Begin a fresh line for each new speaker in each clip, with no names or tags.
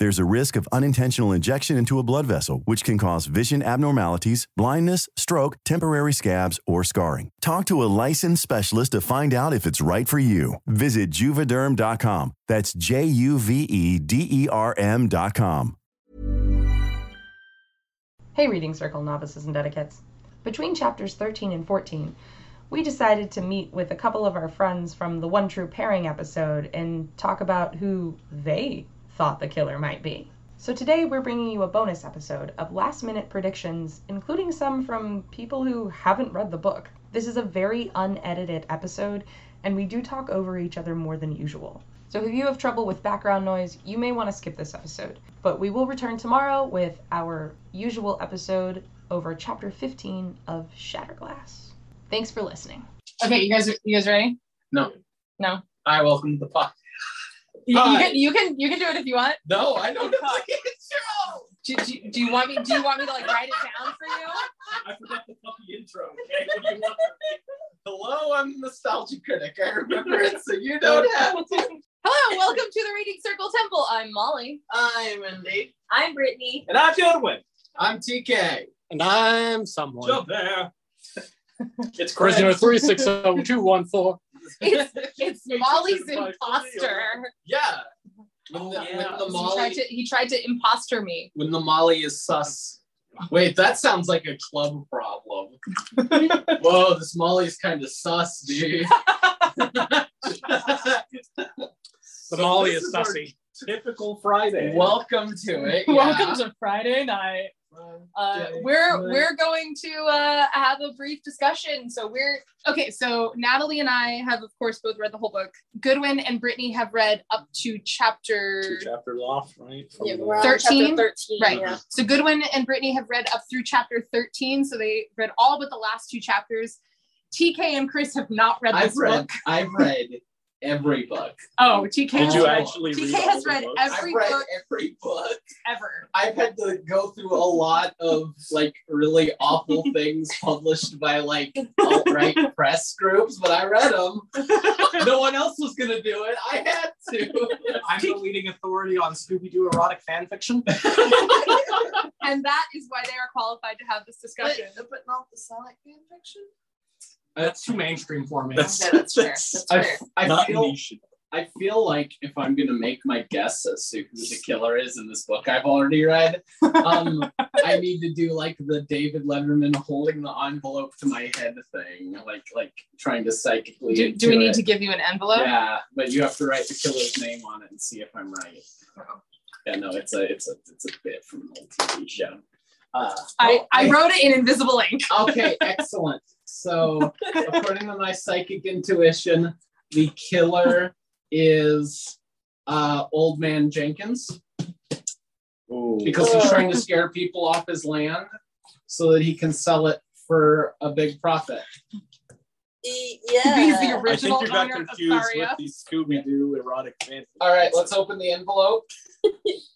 There's a risk of unintentional injection into a blood vessel, which can cause vision abnormalities, blindness, stroke, temporary scabs, or scarring. Talk to a licensed specialist to find out if it's right for you. Visit juvederm.com. That's J U V E D E R M.com.
Hey, Reading Circle novices and dedicates. Between chapters 13 and 14, we decided to meet with a couple of our friends from the One True Pairing episode and talk about who they thought the killer might be. So today we're bringing you a bonus episode of last minute predictions, including some from people who haven't read the book. This is a very unedited episode, and we do talk over each other more than usual. So if you have trouble with background noise, you may want to skip this episode. But we will return tomorrow with our usual episode over chapter 15 of Shatterglass. Thanks for listening.
Okay, you guys, you guys ready?
No.
No.
I welcome the pod.
You, you
Hi.
can, you can, you can do it if you want.
No, I don't know the intro.
Do, do, do you want me? Do you want me to like write it down for you?
I forgot the fucking intro. Okay. What do you want from me? Hello, I'm the nostalgia critic. I remember it, so you don't have to.
Hello, welcome to the Reading Circle Temple. I'm Molly.
I'm Indy.
I'm Brittany.
And I'm Jodwin.
I'm TK.
And I'm someone.
Jump there.
It's prisoner 360214.
It's it's
Make sure
Molly's
it's my
imposter.
Yeah.
Oh,
When the,
yeah.
when
He
the
tried
Molly
to he tried to imposter me.
when the Molly is sus. Wait, that sounds like a club problem. Whoa, this Molly's kind of sus, dude.
The
So
Molly
this
is
our
sussy.
Typical Friday.
Welcome to it. yeah.
Welcome to Friday night. Uh,
Yeah.
we're
Right.
we're going to uh, have a brief discussion. So we're okay. So Natalie and I have, of course, both read the whole book. Goodwin and Brittany have read up to
Two
chapter.
chapters off, right? From
Yeah,
the-
we're on chapter
13?
13
Right.
yeah.
So Goodwin and Brittany have read up through chapter thirteen. So they read all but the last two chapters. TK and Chris have not read this
I've read
book.
I've read every book.
Oh, TK.
Did
has
you
read-
actually
TK
read
has
all the
read
books?
every-
I've read
book.
every book.
ever.
I've had to go through a lot of like really awful things published by like alt right press groups, but I read them. no one else was gonna do it. I had to.
I'm the leading authority on Scooby Doo erotic fan fiction.
And that is why they are qualified to have this discussion.
but not the Sonic fan fiction.
That's too mainstream for me.
Yeah, that's fair. That's
I,
fair.
I
not
feel
niche.
I feel like if I'm gonna make my guess as to who the killer is in this book I've already read, um, I need to do like the David Letterman holding the envelope to my head thing, like like trying to psychically.
Do, do we
intuit.
need to give you an envelope?
Yeah, but you have to write the killer's name on it and see if I'm right. Yeah, no, it's a it's a it's a bit from an old TV show. Uh,
I, I
okay.
wrote it in invisible ink.
Okay, excellent. So, according to my psychic intuition, the killer is uh, Old Man Jenkins
Ooh.
because he's trying to scare people off his land so that he can sell it for a big profit.
E- yeah.
He's
I
the
think
original
you got
owner of
confused with
Saria.
the Scooby Doo erotic fan fiction.
All right, let's open the envelope.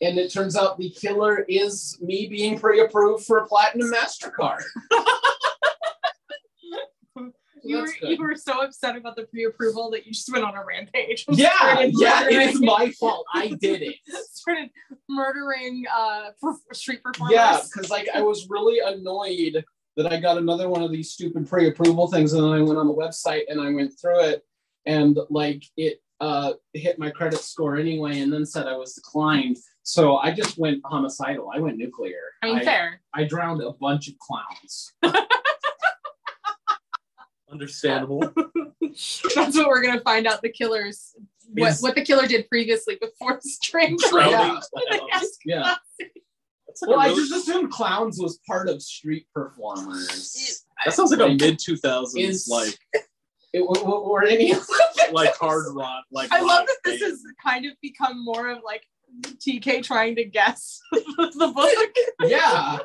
and it turns out the killer is me being pre approved for a platinum MasterCard.
You were
That's good.
you were so upset about the pre-approval that you just went on a rampage. and
Yeah,
started
yeah, it is
murdering-
my fault. I did it.
started murdering uh per- street performers.
Yeah, because like I was really annoyed that I got another one of these stupid pre-approval things, and then I went on the website and I went through it, and like it uh, hit my credit score anyway, and then said I was declined. So I just went homicidal. I went nuclear.
I mean, fair.
I drowned a bunch of clowns.
Understandable.
That's what we're gonna find out. The killers, what
Is-
what the killer did previously before strangling.
Drowning
the
clowns.
ass.
Yeah.
That's like a
Well, I
really-
just assumed clowns was part of street performers.
that sounds like a
Like,
mid two thousands
is-
like
It, or, or any of
like hard rock like.
I love
rock
that this
band.
has kind of become more of like TK trying to guess the book.
yeah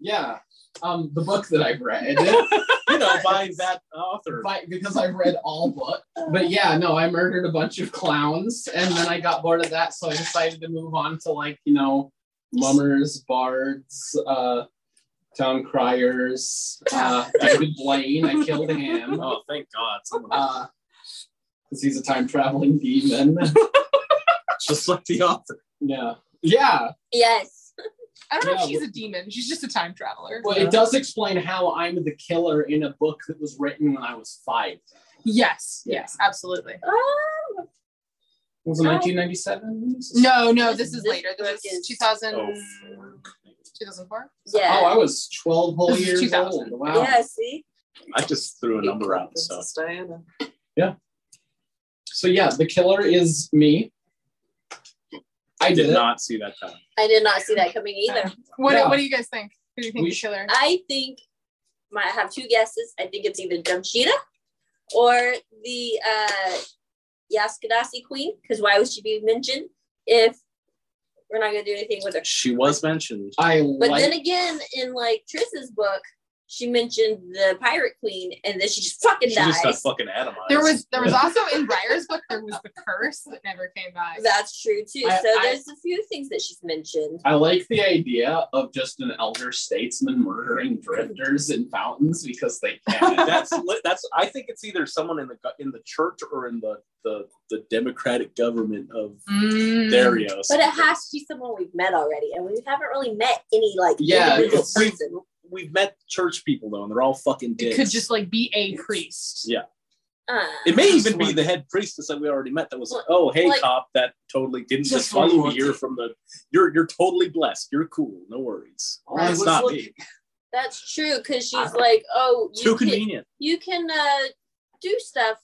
yeah um the book that i've read
you know by that author.
By- because i've read all books but yeah no i murdered a bunch of clowns and then i got bored of that so i decided to move on to like you know mummers bards uh town criers uh david blaine i killed him
Oh, thank God! Someone
uh because he's a time traveling demon
just like the author.
yeah yeah
Yes.
I don't know
Yeah,
if she's a demon. She's just a time traveler.
well it does explain how i'm the killer in a book that was written when i was five
Yes,
Yeah.
yes, absolutely.
Oh,
Was it 1997?
No, no, this is
This
later.
book
This is
is-
2000,
Oh,
2004.
Oh, I
yeah.
was 12 whole
This is
years
2000.
old. Wow.
Yeah, see?
I just threw a number out. So
Princess Diana.
So yeah, the killer is me. I
I
did,
did
it.
not see that coming.
I did not see that coming either.
What,
Yeah.
what do you guys think? Who do you think
We
the
sh-
killer?
I think my, I have two guesses. I think it's either Jamshida or the uh, Yaskadasi queen, because why would she be mentioned if we're not going to do anything with her?
She was mentioned.
I
But
like
then again, in like Triss's book, she mentioned the pirate queen and then she just fucking
She
dies.
just got fucking atomized.
There was there was also in Ryer's book there was the curse that never came back.
That's true too.
I-
so
I-
there's a few things that she's mentioned.
I like the idea of just an elder statesman murdering drifters in fountains because they can.
that's li- that's. I think it's either someone in the go- in the church or in the the, the democratic government of
Mm.
Darius.
But it has to be someone we've met already, and we haven't really met any like
Yeah,
individual
it's-
person.
We've met church people though, and they're all fucking
It
dicks.
could just like be a priest.
Yeah.
Uh,
It may even be the head priestess that we already met. That was like, "Oh, hey,
Like-
cop, that totally didn't
Just
just follow
one
me. You're from the. You're you're totally blessed. You're cool. No worries.
I
it's
was
not
looking-
me.
that's true because she's like, oh,
Uh-huh. Too
you can,
convenient.
you can uh, do stuff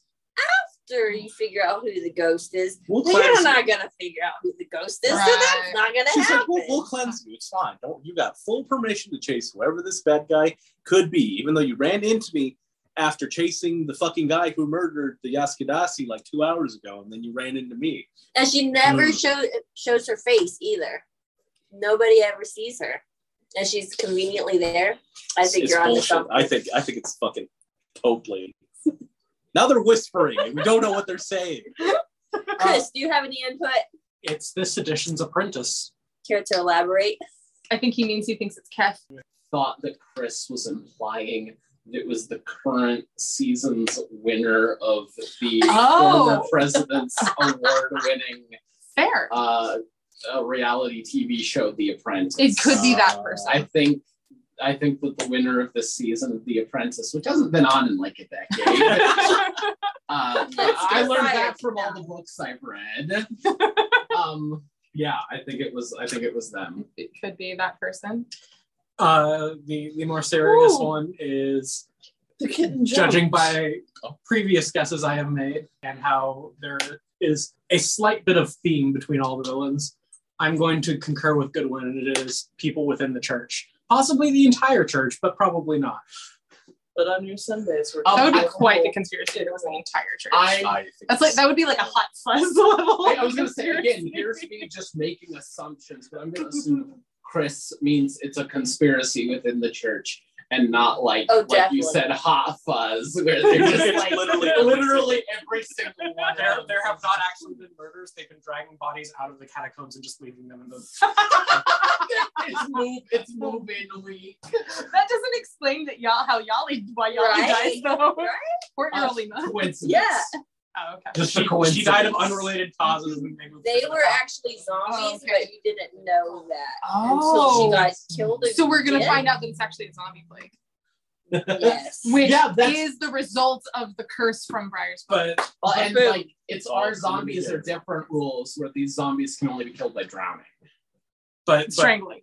after you figure out who the ghost is.
We'll
We're
cleanse you.
not gonna figure out who the ghost is, so
Right.
that's not gonna
She's
happen.
like, we'll, we'll cleanse you. It's fine. Don't you got full permission to chase whoever this bad guy could be, even though you ran into me after chasing the fucking guy who murdered the Yaskadasi like two hours ago, and then you ran into me.
and she never
Mm.
show, shows her face either. Nobody ever sees her, and she's conveniently there. I think
It's
you're on the
bullshit.
something.
I think I think it's fucking Copley. now they're whispering, and we don't know what they're saying.
Chris, do you have any input?
It's this edition's apprentice.
Care to elaborate?
I think he means he thinks it's Kef.
thought that Chris was implying that it was the current season's winner of the
Oh.
former president's award-winning
Fair.
uh, uh, reality TV show, The Apprentice.
it could be that
Uh,
person.
I think I think that the winner of this season of The Apprentice, which hasn't been on in like a decade, uh, I learned that from all the books I've read. um, yeah, I think it was. I think it was them.
it could be that person.
Uh, the the more serious
Ooh.
one is
The kitten
judging by previous guesses I have made and how there is a slight bit of theme between all the villains, I'm going to concur with Goodwin, and it is people within the church. Possibly the entire church, but probably not.
But on your Sundays, we're
That would
Oh,
be
I-
quite the conspiracy. if It was an entire church.
Um, I,
I think
That's like that would be like a hot fuzz level.
I was gonna say again. Here's me just making assumptions, but I'm gonna assume Chris means it's a conspiracy within the church. And not like
Oh,
like you
definitely.
said, hot fuzz, where they're just like
Literally every
literally every single one.
There,
of them.
there have not actually been murders. They've been dragging bodies out of the catacombs and just leaving them in the.
it's move. It's moving weak.
That doesn't explain that y'all how Yali why Yali dies
Right?
though.
Right?
Or Neroli must.
Coincidence.
Yeah,
Oh, okay.
Just
she,
a coincidence.
she died of unrelated causes when they moved.
they
to the
were
top.
actually zombies,
Oh, okay.
but you didn't know that until
Oh.
she got killed.
So we're gonna
again.
find out that it's actually a zombie plague,
Yes.
which
Yeah, that's-
is the result of the curse from Briar's.
But well, and
Boom.
like it's our zombies are different rules where these zombies can only be killed by drowning.
but, but
strangling.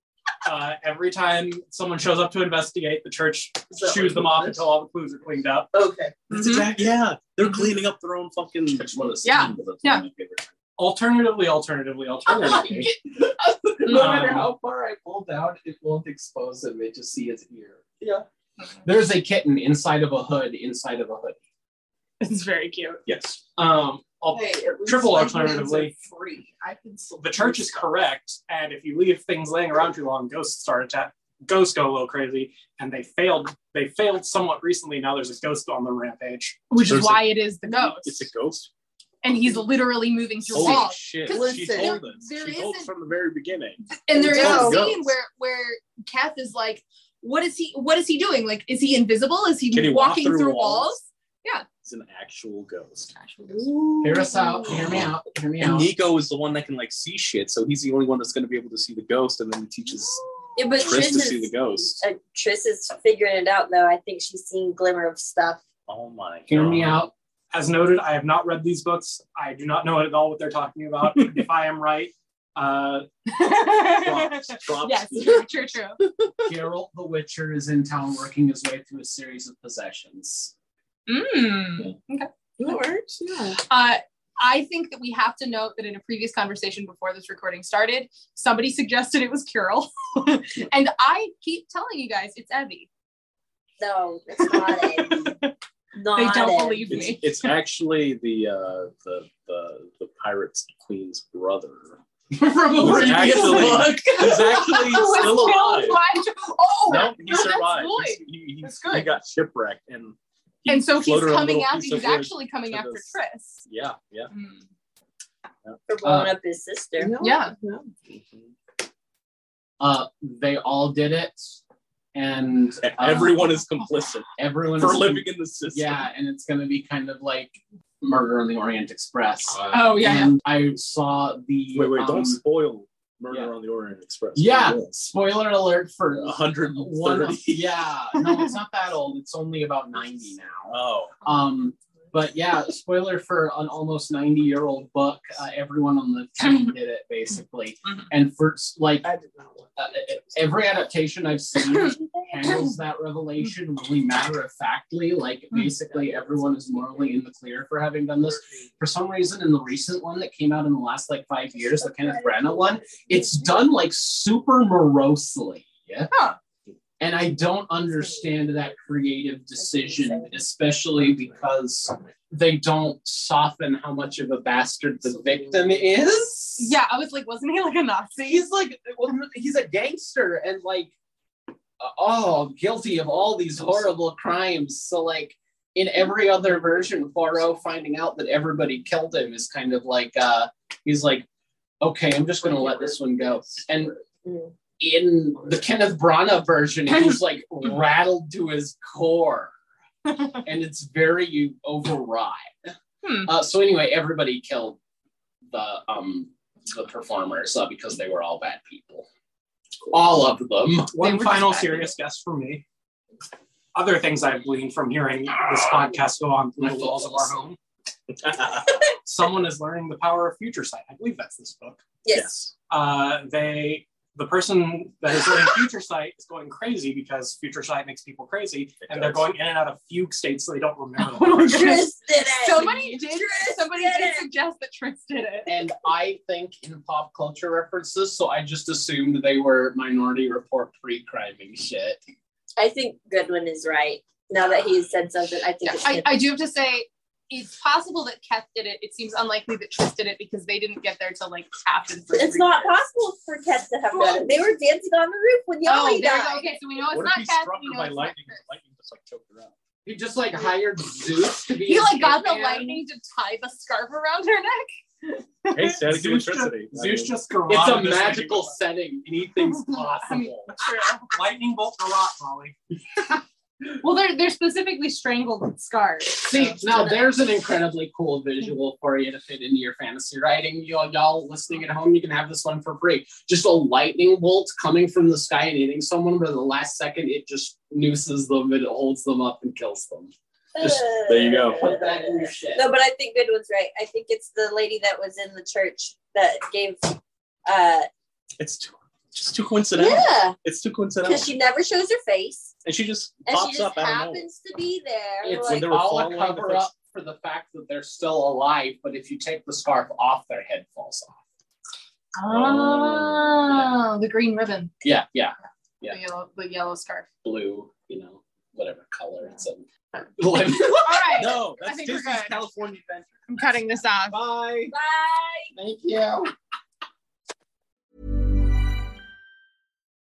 uh, every time someone shows up to investigate, the church
Is that
shoos
what
them
it
off
is?
until all the clues are cleaned up.
Okay.
That's
Mhm.
exact- yeah, they're cleaning up their own fucking.
Yeah, yeah.
Alternatively, alternatively,
Um,
alternatively.
No matter
Um,
how far I pull down, it won't expose him. It just see his ear.
Yeah.
There's a kitten inside of a hood, inside of a hood.
It's very cute.
yes. Um, al-
Hey, at least
triple
my hands are
alternatively.
Free. I can still
the church is correct, and if you leave things laying around too long, ghosts start attack. Ghosts go a little crazy, and they failed. They failed somewhat recently. Now there's a ghost on the rampage.
Which
There's
is
a-
why it is the ghost.
It's a ghost.
and he's literally moving through
Holy
walls.
shit!
'Cause
She
listen,
told
there-
us.
there
She told us
isn't-
from the very beginning.
And there is
Oh,
a
yeah.
scene where where Kath is like, "What is he? What is he doing? Like, is he invisible? Is he,
Can he walk
walking
through
through, walls?"
walls? It's an actual ghost.
Hear us out. Hear me out. Hear me
And
out.
Nico is the one that can like see shit, so he's the only one that's going to be able to see the ghost, and then he teaches
Yeah, but
Chris
Triss
to see the
is,
ghost.
uh, Triss is figuring it out though. I think she's seeing glimmer of stuff.
Oh my!
Hear
God.
me out.
As noted, I have not read these books. I do not know at all what they're talking about. if I am right, uh,
Props, props.
yes, true, true, true.
Geralt the Witcher is in town working his way through a series of possessions.
Mm.
That works. Yeah.
Uh, I think that we have to note that in a previous conversation before this recording started, somebody suggested it was Carol, and I keep telling you guys it's Evie.
No, it's not it. Not
They don't believe
it.
It's,
me.
it's actually the, uh, the the the pirate's queen's brother.
From
Who's actually, he's actually
Who was
still
killed
alive.
by- Oh,
No, he
that's
survived.
good.
He's- he, he-
That's
he
good.
got shipwrecked and he
and so he's
floated on a
coming
little
after.
piece of
He's
wood.
actually coming
to
after
this-
Chris.
Yeah, yeah.
Mm.
For blowing up his sister.
No,
Yeah.
no.
Uh, they all did it, and uh,
Everyone is complicit
everyone
E-, for
is-
living in the system.
Yeah, and it's gonna be kind of like Murder on the Orient Express.
Oh yeah.
And I saw the
Wait, wait,
um,
don't spoil Murder
yeah.
on the Orient Express.
Yeah.
It is.
spoiler alert for
A hundred and
one. of-
thirty.
Yeah, no, it's not that old. It's only about ninety now.
Oh.
Um, but yeah, spoiler for an almost ninety-year-old book. Uh, everyone on the team did it basically,
Mhm.
and for like
I did not want
uh, every adaptation I've seen handles that revelation really matter of factly. Like basically everyone is morally in the clear for having done this. For some reason, in the recent one that came out in the last like five years, the Kenneth Branagh one, it's done like super morosely. Yeah. And I don't understand that creative decision, especially because they don't soften how much of a bastard the victim is.
Yeah, I was like, wasn't he like a Nazi?
He's like, well, he's a gangster and like, oh, guilty of all these horrible crimes. So like, in every other version, Poirot finding out that everybody killed him is kind of like, uh, he's like, okay, I'm just gonna let this one go. And in the Kenneth Branagh version, he's like rattled to his core, and it's very overwrought.
Hmm.
Uh, so anyway, everybody killed the um the performers uh, because they were all bad people. All of them.
One
were
final
just bad
serious guess for me. Other things I've gleaned from hearing this podcast go on through the walls of our home. Someone is learning the power of future sight. I believe that's this book.
Yes.
Uh, they, the person that is learning future sight is going crazy because future sight makes people crazy, and they're going in and out of fugue states so they don't remember.
Oh my goodness.
them.
Chris did it.
Somebody did.
Tris
Somebody
did
did
it.
suggest that Tris did it.
And I think in pop culture references, so I just assumed they were Minority Report pre-criming shit.
I think Goodwin is right. Now that he has said something, I think
Yeah,
it's
I,
him.
I do have to say, it's possible that Kath did it. It seems unlikely that Tris did it because they didn't get there till like after. the first
it's not
recording.
possible for Ket to have done it. They were dancing on the roof when
Oh,
Yali
there we go.
died.
Okay, so we know it's
what if he
not Kath.
struck
We
her
know
by
it's not
lightning?
Tris.
and Lightning just like choked her out.
He just like hired Zeus to be.
He
his
like got the
hitman.
lightning to tie the scarf around her neck.
Hey, static
Zeus
electricity.
just-
I mean,
Zeus just garroted
It's a
this lady
magical
with
setting. Anything's possible.
a lightning bolt garrote, Molly.
Well, they're they're specifically strangled and scarred.
See, now there's an incredibly cool visual for you to fit into your fantasy writing. Y'all, y'all listening at home, you can have this one for free. Just a lightning bolt coming from the sky and hitting someone, but at the last second, it just nooses them, it holds them up, and kills them. Just-
there you go.
Put that in your shit.
No, but I think Goodwin's right. I think it's the lady that was in the church that gave. Uh,
It's too, just too coincidental.
yeah,
It's too coincidental.
because she never shows her face,
and she just
and
pops
she just
up out of nowhere.
happens to be there.
It's
like,
they were
all
falling
a
on the
cover
first-
up for the fact that they're still alive, but if you take the scarf off, their head falls off.
Oh, the green ribbon,
Yeah, yeah. Yeah.
the yellow, the yellow scarf.
Blue, you know, whatever color it's in.
All right,
No,
I
that's
think we're
Disney's
good.
California Adventure.
I'm cutting this off.
Bye.
Bye.
Thank you.